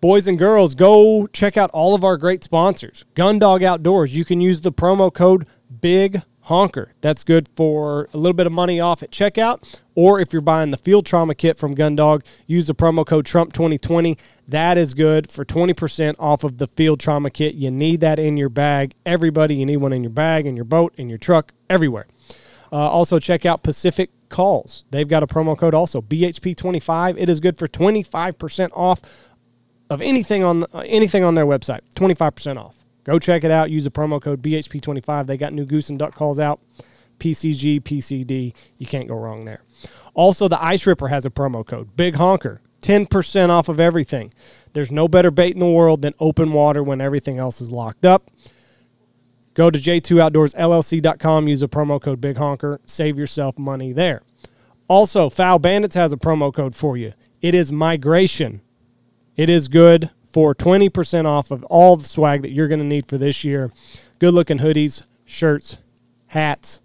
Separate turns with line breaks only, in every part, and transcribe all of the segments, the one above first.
boys and girls, go check out all of our great sponsors. Gundog Outdoors, you can use the promo code Big Honker. That's good for a little bit of money off at checkout. Or if you're buying the field trauma kit from Gundog, use the promo code Trump2020. That is good for 20% off of the field trauma kit. You need that in your bag. Everybody, you need one in your bag, in your boat, in your truck, everywhere. Uh, also, check out Pacific Calls. They've got a promo code also, BHP25. It is good for 25% off of anything on uh, anything on their website. 25% off. Go check it out. Use the promo code BHP25. They got new goose and duck calls out. PCG, PCD. You can't go wrong there. Also, the Ice Ripper has a promo code, Big Honker. 10% off of everything. There's no better bait in the world than open water when everything else is locked up. Go to j2outdoorsllc.com, use the promo code Big Honker, save yourself money there. Also, Foul Bandits has a promo code for you. It is migration. It is good for 20% off of all the swag that you're going to need for this year. Good looking hoodies, shirts, hats,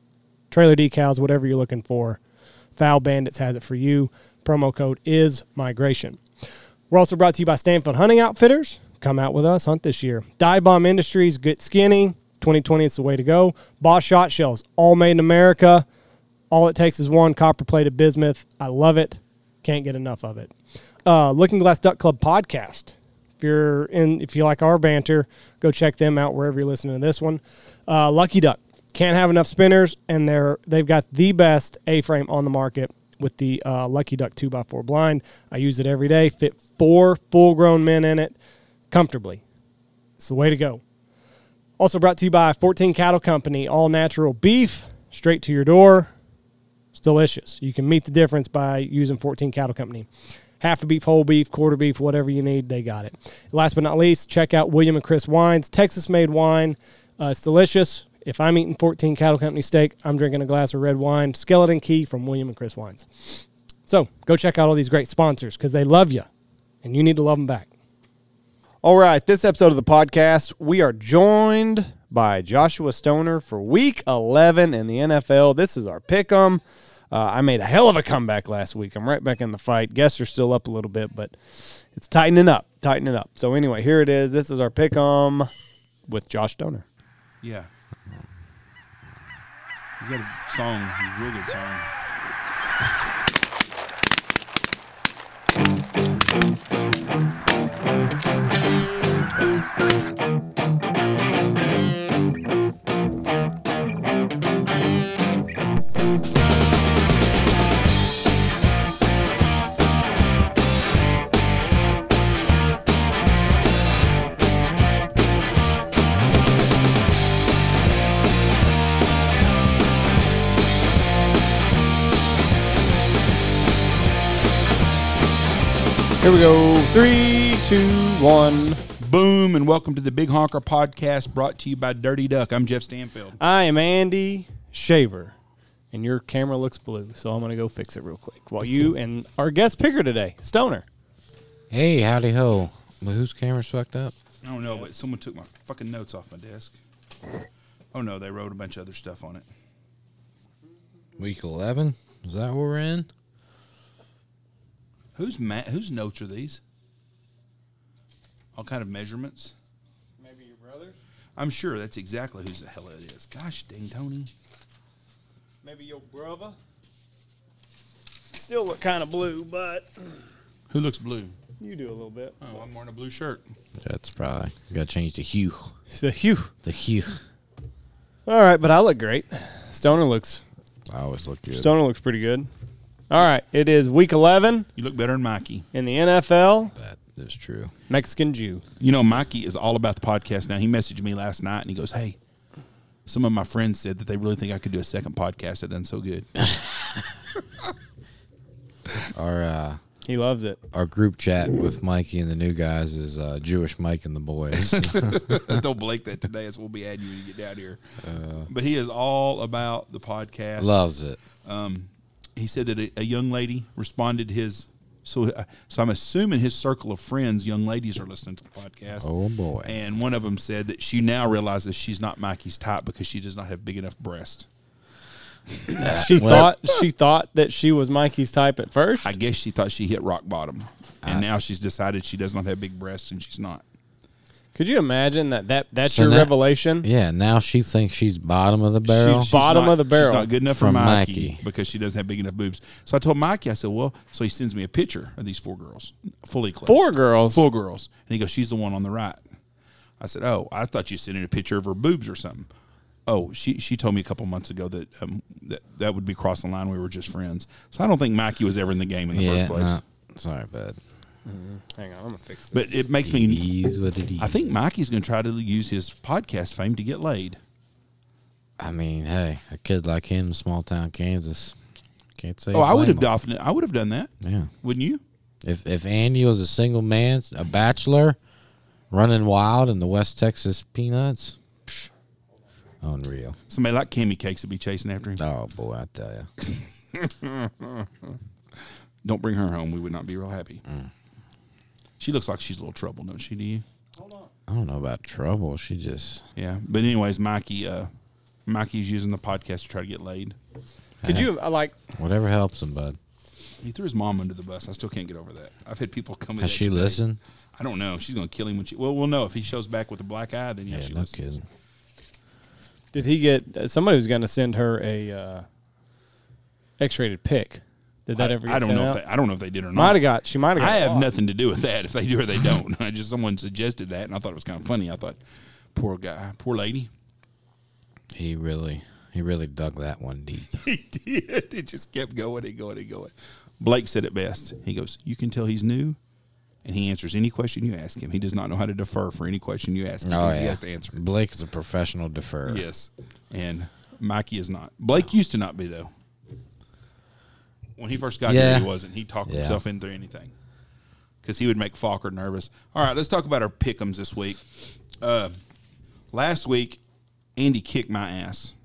trailer decals, whatever you're looking for. Foul Bandits has it for you. Promo code is migration. We're also brought to you by Stanfield Hunting Outfitters. Come out with us, hunt this year. Dive Bomb Industries, get skinny. 2020 is the way to go. Boss shot shells, all made in America. All it takes is one copper plated bismuth. I love it. Can't get enough of it. Uh, Looking Glass Duck Club podcast. If you're in, if you like our banter, go check them out wherever you're listening to this one. Uh, Lucky Duck can't have enough spinners, and they're they've got the best A-frame on the market with the uh, Lucky Duck 2x4 blind. I use it every day. Fit four full-grown men in it comfortably. It's the way to go. Also brought to you by 14 Cattle Company, all natural beef straight to your door. It's delicious. You can meet the difference by using 14 Cattle Company. Half a beef, whole beef, quarter beef, whatever you need, they got it. Last but not least, check out William and Chris Wines, Texas made wine. Uh, it's delicious. If I'm eating 14 Cattle Company steak, I'm drinking a glass of red wine, Skeleton Key from William and Chris Wines. So go check out all these great sponsors because they love you and you need to love them back.
All right, this episode of the podcast, we are joined by Joshua Stoner for week 11 in the NFL. This is our pick 'em. Uh, I made a hell of a comeback last week. I'm right back in the fight. Guests are still up a little bit, but it's tightening up, tightening up. So, anyway, here it is. This is our pick 'em with Josh Stoner.
Yeah. He's got a song, a real good song.
Here we go. Three, two, one.
Boom, and welcome to the Big Honker Podcast brought to you by Dirty Duck. I'm Jeff Stanfield.
I am Andy Shaver, and your camera looks blue, so I'm going to go fix it real quick while you and our guest picker today, Stoner.
Hey, howdy ho. But whose camera's fucked up?
I don't know, but someone took my fucking notes off my desk. Oh no, they wrote a bunch of other stuff on it.
Week 11? Is that where we're in?
Whose ma- whose notes are these? All kind of measurements.
Maybe your brother's?
I'm sure that's exactly whose the hell it is. Gosh dang Tony.
Maybe your brother? Still look kind of blue, but
Who looks blue?
you do a little bit.
Oh, I'm wearing a blue shirt.
That's probably. Got to change the hue.
The hue.
The hue.
All right, but I look great. Stoner looks
I always look good.
Stoner looks pretty good. All right, it is week 11
You look better than Mikey.
in the NFL.
that is true.
Mexican Jew.
You know, Mikey is all about the podcast now. He messaged me last night and he goes, Hey, some of my friends said that they really think I could do a second podcast. I've done so good.
Our uh,
He loves it.
our group chat with Mikey and the new guys is uh, Jewish Mike and the boys.
I told Blake that today as we'll be adding you when you get down here.
Uh,
but he is all about the podcast.
Loves it.
He said that a, a young lady responded to his. So, uh, so I'm assuming his circle of friends, young ladies, are listening to the podcast.
Oh, boy.
And one of them said that she now realizes she's not Mikey's type because she does not have big enough breasts.
She
Uh, Well-
thought she thought that she was Mikey's type at first.
I guess she thought she hit rock bottom, and now she's decided she does not have big breasts, and she's not.
Could you imagine that? That that's
So
your
now-
revelation.
Yeah, now she thinks she's bottom of the barrel.
She's bottom
not-
of the barrel.
She's not good enough for
From
Mikey,
Mikey.
because she doesn't have big enough boobs. So I told Mikey, I said, "Well," so he sends me a picture of these four girls, fully clothed.
Four girls.
Four girls, and he goes, "She's the one on the right." I said, "Oh, I thought you sent in a picture of her boobs or something." Oh, she she told me a couple months ago that um, that that would be crossing the line. We were just friends, so I don't think Mikey was ever in the game in the
yeah,
first place.
nah. sorry, bud.
Hang on, I'm gonna fix this.
But it makes
It
me.
is what it is.
I think Mikey's going to try to use his podcast fame to get laid.
I mean, hey, a kid like him, small town Kansas, can't say.
Oh, I would have
blame
done. I would have done that.
him.
Wouldn't you?
Yeah. If if Andy was a single man, a bachelor, running wild in the West Texas peanuts, psh, unreal.
Somebody like Cammy Cakes would be chasing after him.
Oh boy, I tell you.
Don't bring her home. We would not be real happy.
Mm.
She looks like she's a little trouble, don't she? Do you?
I don't know about trouble. She just
Yeah. But anyways, Mikey, uh, Mikey's using the podcast to try to get laid.
Could you uh, like?
whatever helps him, bud.
He threw his mom under the bus. I still can't get over that. I've had people come. with
Has
that
she
today.
listened?
I don't know. She's gonna kill him when she. Well, we'll know if he shows back with a black eye. Then yeah,
Yeah,
she
no
listens.
kidding.
Did he get uh, somebody was gonna send her a uh, X-rated pic? Did that
I,
ever? Get
I don't
sent
know.
out?
If they, I don't know if they did or
Might
not.
have got. She might have. got
I have
caught.
nothing to do with that. If they do or they don't, I just someone suggested that, and I thought it was kind of funny. I thought, poor guy, poor lady.
He really, he really dug that one deep.
he did. It just kept going and going and going. Blake said it best. He goes, You can tell he's new, and he answers any question you ask him. He does not know how to defer for any question you ask him.
Oh,
He thinks He
yeah.
has to answer.
Blake is a professional deferrer.
Yes. And Mikey is not. Blake used to not be, though. When he first got
Yeah.
here, he wasn't. He talked
Yeah.
himself into anything because he would make Falker nervous. All right, let's talk about our pickums this week. Uh, last week, Andy kicked my ass.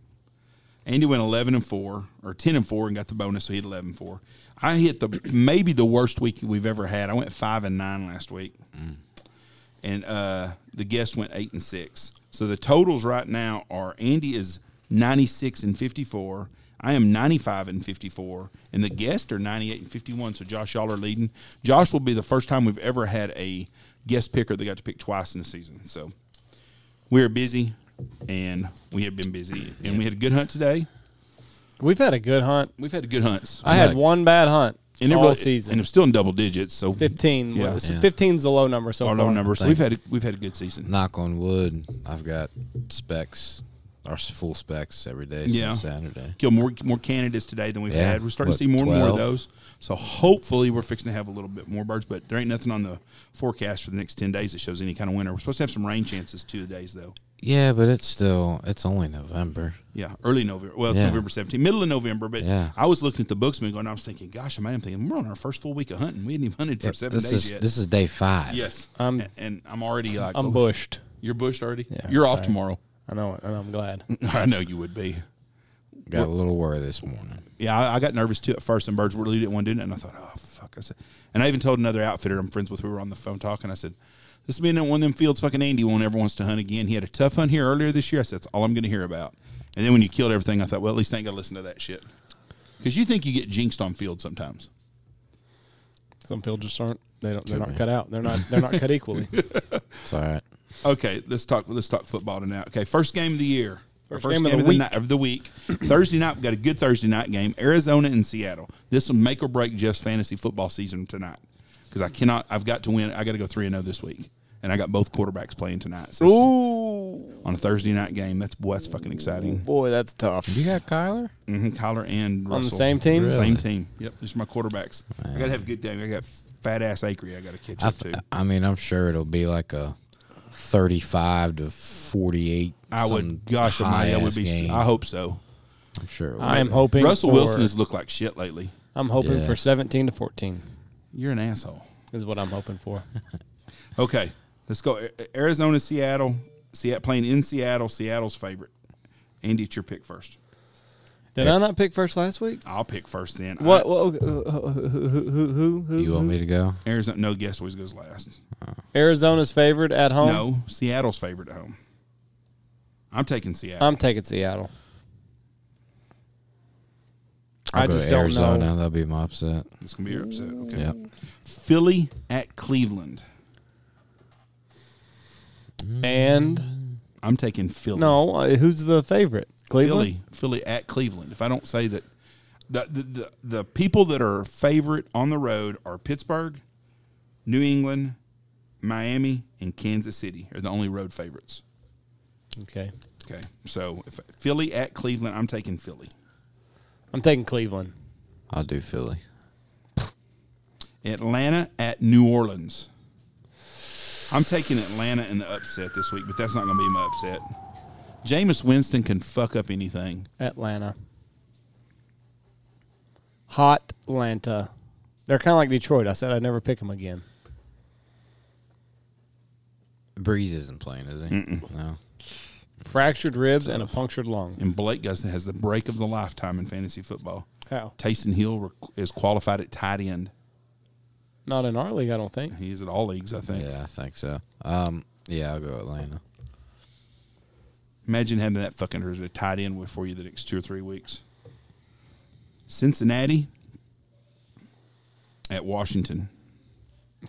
Andy went 11 and 4 or 10 and 4 and got the bonus, so he had 11 and 4. I hit the maybe the worst week we've ever had. I went 5 and 9 last week. And uh, the guests went 8 and 6. So the totals right now are Andy is 96 and 54. I am 95 and 54. And the guests are 98 and 51. So Josh, y'all are leading. Josh will be the first time we've ever had a guest picker that got to pick twice in the season. So we are busy and we have been busy and we had a good hunt today
We've had a good hunt.
we've had good hunts
I had
Like-
one bad hunt
and it
all
really-
season.
and I'm still in double digits so
15.
Yeah.
was-
Yeah.
15's the low number so
our
far.
low numbers so we've had a, we've had a good season
Knock on wood. I've got specs, or full specs every day since
Yeah.
Saturday.
kill more more candidates today than we've
Yeah.
had we're starting
What,
to see more and more of
12?
those so hopefully we're fixing to have a little bit more birds but there ain't nothing on the forecast for the next 10 days that shows any kind of winter we're supposed to have some rain chances two days though
Yeah, but it's still it's only November.
Yeah, early November. Well, it's
Yeah.
November 17th, middle of November. But
Yeah.
I was looking at the books and going, I was thinking, gosh, I am thinking, we're on our first full week of hunting. We hadn't even hunted for seven
this
days
is
yet.
this is day five.
yes.
I'm-
and, and I'm already like,
I'm
oh,
bushed.
You're bushed already?
Yeah,
You're off
sorry.
tomorrow.
I know it, and I'm glad.
I know you would be.
got a little worried this morning.
Yeah, I, I got nervous too at first, and birds really didn't want to do it. And I thought, oh, fuck. I said, and I even told another outfitter I'm friends with, we were on the phone talking. I said, this being one of them fields, fucking Andy won't ever wants to hunt again. He had a tough hunt here earlier this year. I said, that's all I'm going to hear about. And then when you killed everything, I thought, well, at least I ain't got to listen to that shit. Because you think you get jinxed on field sometimes.
Some fields just aren't. They don't. They're not
Could be.
cut out. They're not. They're not cut equally.
It's all right.
Okay, let's talk. Let's talk football tonight. Okay, first game of the year. Our
First game of the
night- of the week. Thursday night, we got a good Thursday night game. Arizona and Seattle. This will make or break Jeff's fantasy football season tonight because I cannot. I've got to win. I got to go three and zero this week, and I got both quarterbacks playing tonight. So
Ooh,
on a Thursday night game, that's boy, that's fucking exciting.
boy, that's tough.
You got Kyler?
hmm Kyler and Russell.
On the same team.
Really?
Same team. Yep, these are my quarterbacks. I gotta have a good day. I got fat ass Acree. I gotta catch
I,
up
th-
uh,
to.
I mean, I'm sure it'll be like a thirty-five to forty-eight.
I
some
would. Gosh, Almighty, I would
high-ass
be.
Game.
I hope so.
I'm sure. It will
I am
be.
hoping.
Russell
for-
Wilson has looked like shit lately.
I'm hoping
Yeah.
for 17 to 14
You're an asshole.
is what I'm hoping for.
Okay, let's go. A- Arizona, Seattle, Seattle playing in Seattle. Seattle's favorite. Andy, it's your pick first.
Did I not pick first last week?
I'll pick first then.
What? what uh, who, who, who, who,
You
who?
want me to go?
I- Arizona, no guest always goes last.
Arizona's favored at home.
No, Seattle's favorite at
Um,
home. I'm taking Seattle.
I'm taking Seattle.
I'll
I
go
just don't
Arizona.
know.
That'll be my upset.
It's gonna be your upset. Okay.
Yep.
Philly at Cleveland.
And
I'm taking Philly.
no, uh, who's the favorite? Cleveland.
Philly. Philly at Cleveland. If I don't say that, the the, the the people that are favorite on the road are Pittsburgh, New England, Miami, and Kansas City are the only road favorites.
Okay,
Okay, so if Philly at Cleveland, I'm taking Philly.
I'm taking Cleveland.
I'll do Philly.
Atlanta at New Orleans. I'm taking Atlanta in the upset this week, but that's not going to be my upset. Jameis Winston can fuck up anything.
Atlanta. Hot Atlanta. They're kind of like Detroit. I said I'd never pick them again.
Breeze isn't playing, is he? No.
Fractured ribs and a punctured lung.
And Blake goes has the break of the lifetime in fantasy football.
How?
Taysom Hill re- is qualified at tight end.
Not in our league, I don't think.
He's at all leagues, I think.
Yeah, I think so. Um, yeah, I'll go Atlanta.
Imagine having that fucking as a tight end with- for you the next two or three weeks. Cincinnati at Washington.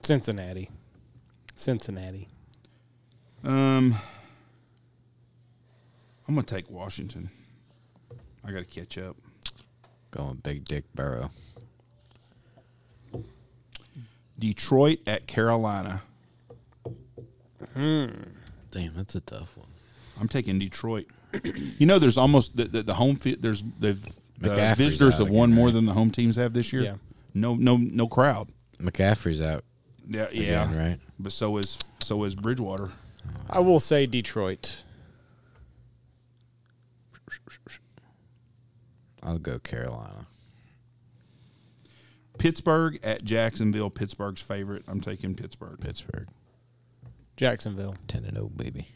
Cincinnati. Cincinnati.
Um, I'm gonna take Washington. I got to catch up.
Going Big Dick Burrow.
Detroit at Carolina.
Damn, that's a tough one.
I'm taking Detroit. You know, there's almost the, the, the home field. There's they've, the
McCaffrey's
visitors
out
have
again,
won more
right?
than the home teams have this year.
Yeah.
No, no, no crowd.
McCaffrey's out.
Yeah, yeah.
Again, right.
But so is so is Bridgewater.
I will say Detroit.
I'll go Carolina.
Pittsburgh at Jacksonville. Pittsburgh's favorite. I'm taking Pittsburgh.
Pittsburgh.
Jacksonville.
Ten and zero, baby.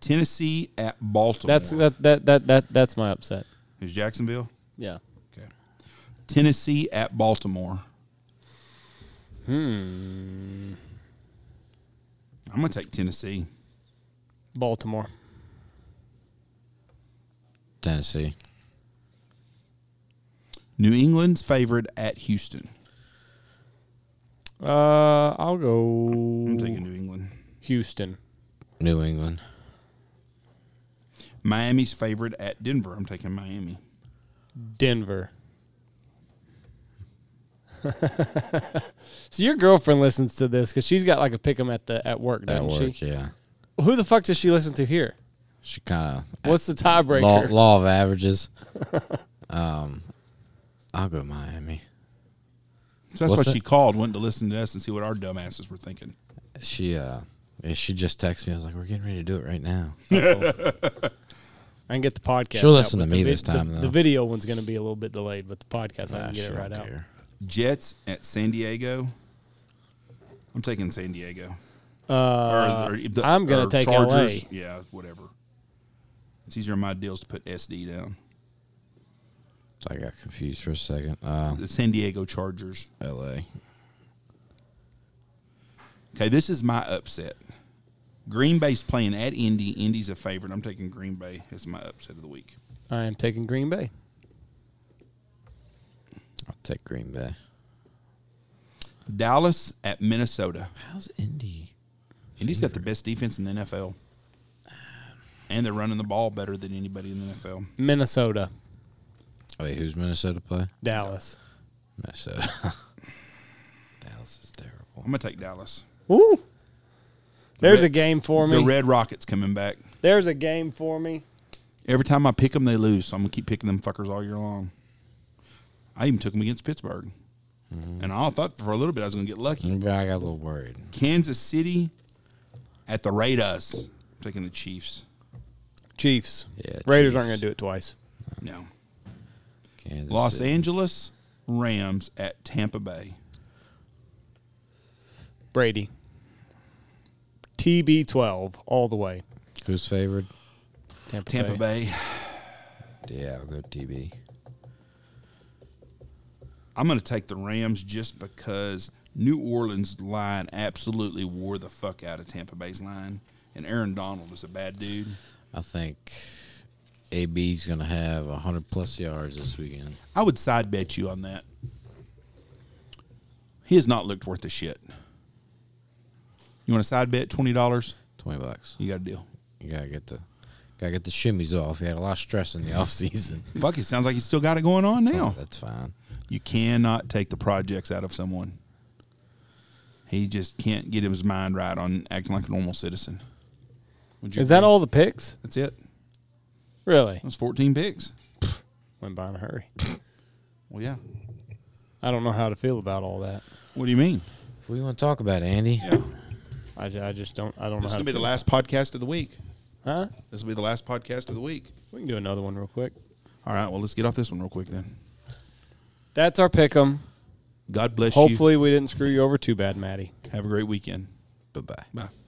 Tennessee at Baltimore.
That's that, that that that that's my upset.
is Jacksonville.
Yeah.
Okay. Tennessee at Baltimore. Hmm. I'm gonna take Tennessee.
Baltimore.
Tennessee.
New England's favored at Houston.
Uh, I'll
I'm
go
taking New England.
Houston.
New England.
Miami's favored at Denver. I'm taking Miami.
Denver. so your girlfriend listens to this because she's got like a pick 'em at the at work,
That
doesn't
work,
she?
yeah.
Who the fuck does she listen to here?
She kind of
What's the tiebreaker?
law, law of averages. um, I'll go Miami.
So that's
What's
why
that?
she called, wanted to listen to us and see what our dumbasses were thinking.
She uh, she just texted me. I was like, "We're getting ready to do it right now."
I can get the podcast.
She'll
out,
listen
but
to
the
me
vi-
this time,
The, the
though.
video one's going to be a little bit delayed, but the podcast I can
Nah, Ah, she
get it
don't
right out.
care.
Jets at San Diego. I'm taking San Diego.
Uh, I'm gonna
or
take LA.
Yeah, whatever. It's easier on my deals to put SD down.
I got confused for a second. Uh,
The San Diego Chargers.
L.A.
Okay, this is my upset. Green Bay's playing at Indy. Indy's a favorite. I'm taking Green Bay as my upset of the week.
I am taking Green Bay.
I'll take Green Bay.
Dallas at Minnesota.
How's Indy?
Indy's got the best defense in the NFL. And they're running the ball better than anybody in the NFL.
Minnesota,
Wait, who's Minnesota play?
Dallas.
Minnesota. Dallas is
I'm
terrible.
going to take Dallas.
Woo! There's
Red-
a game for
The
me.
Red Rockets coming back.
There's a game for me.
Every time I pick them, they lose. So I'm going to keep picking them fuckers all year long. I even took them against Pittsburgh. And I thought for a little bit I was going to get lucky.
Maybe I got a little worried.
Kansas City at the Raiders. I'm taking the Chiefs.
Chiefs.
Yeah,
Raiders
Chiefs.
aren't going to do it twice.
No.
Kansas
Los
City.
Angeles Rams at Tampa Bay.
Brady. TB12 all the way.
Who's favored?
Tampa,
Tampa
Bay.
Bay.
Yeah, I'll go TB.
I'm going to take the Rams just because New Orleans' line absolutely wore the fuck out of Tampa Bay's line, and Aaron Donald is a bad dude.
I think AB's going to have 100 plus yards this weekend.
I would side bet you on that. He has not looked worth a shit. You want to side bet twenty dollars?
20 bucks.
You got a deal.
You got to get the got to get the shimmies off. He had a lot of stress in the off season.
Fuck, it sounds like he's still got it going on
Oh,
now.
That's fine.
You cannot take the projects out of someone. He just can't get his mind right on acting like a normal citizen. Would you
Is that
agree?
all the picks?
That's it.
Really?
That's fourteen picks.
Went by in a hurry.
Well, yeah.
I don't know how to feel about all that.
What do you mean?
What do you want to talk about, Andy?
I, ju- I just don't. I don't
This
know.
is
How
gonna
to
be the
feel.
last podcast of the week.
Huh?
This will be the last podcast of the week.
We can do another one real quick.
All right. Well, let's get off this one real quick then.
That's our pick 'em.
God bless you.
Hopefully, we didn't screw you over too bad, Maddie.
Have a great weekend.
Bye bye.
Bye.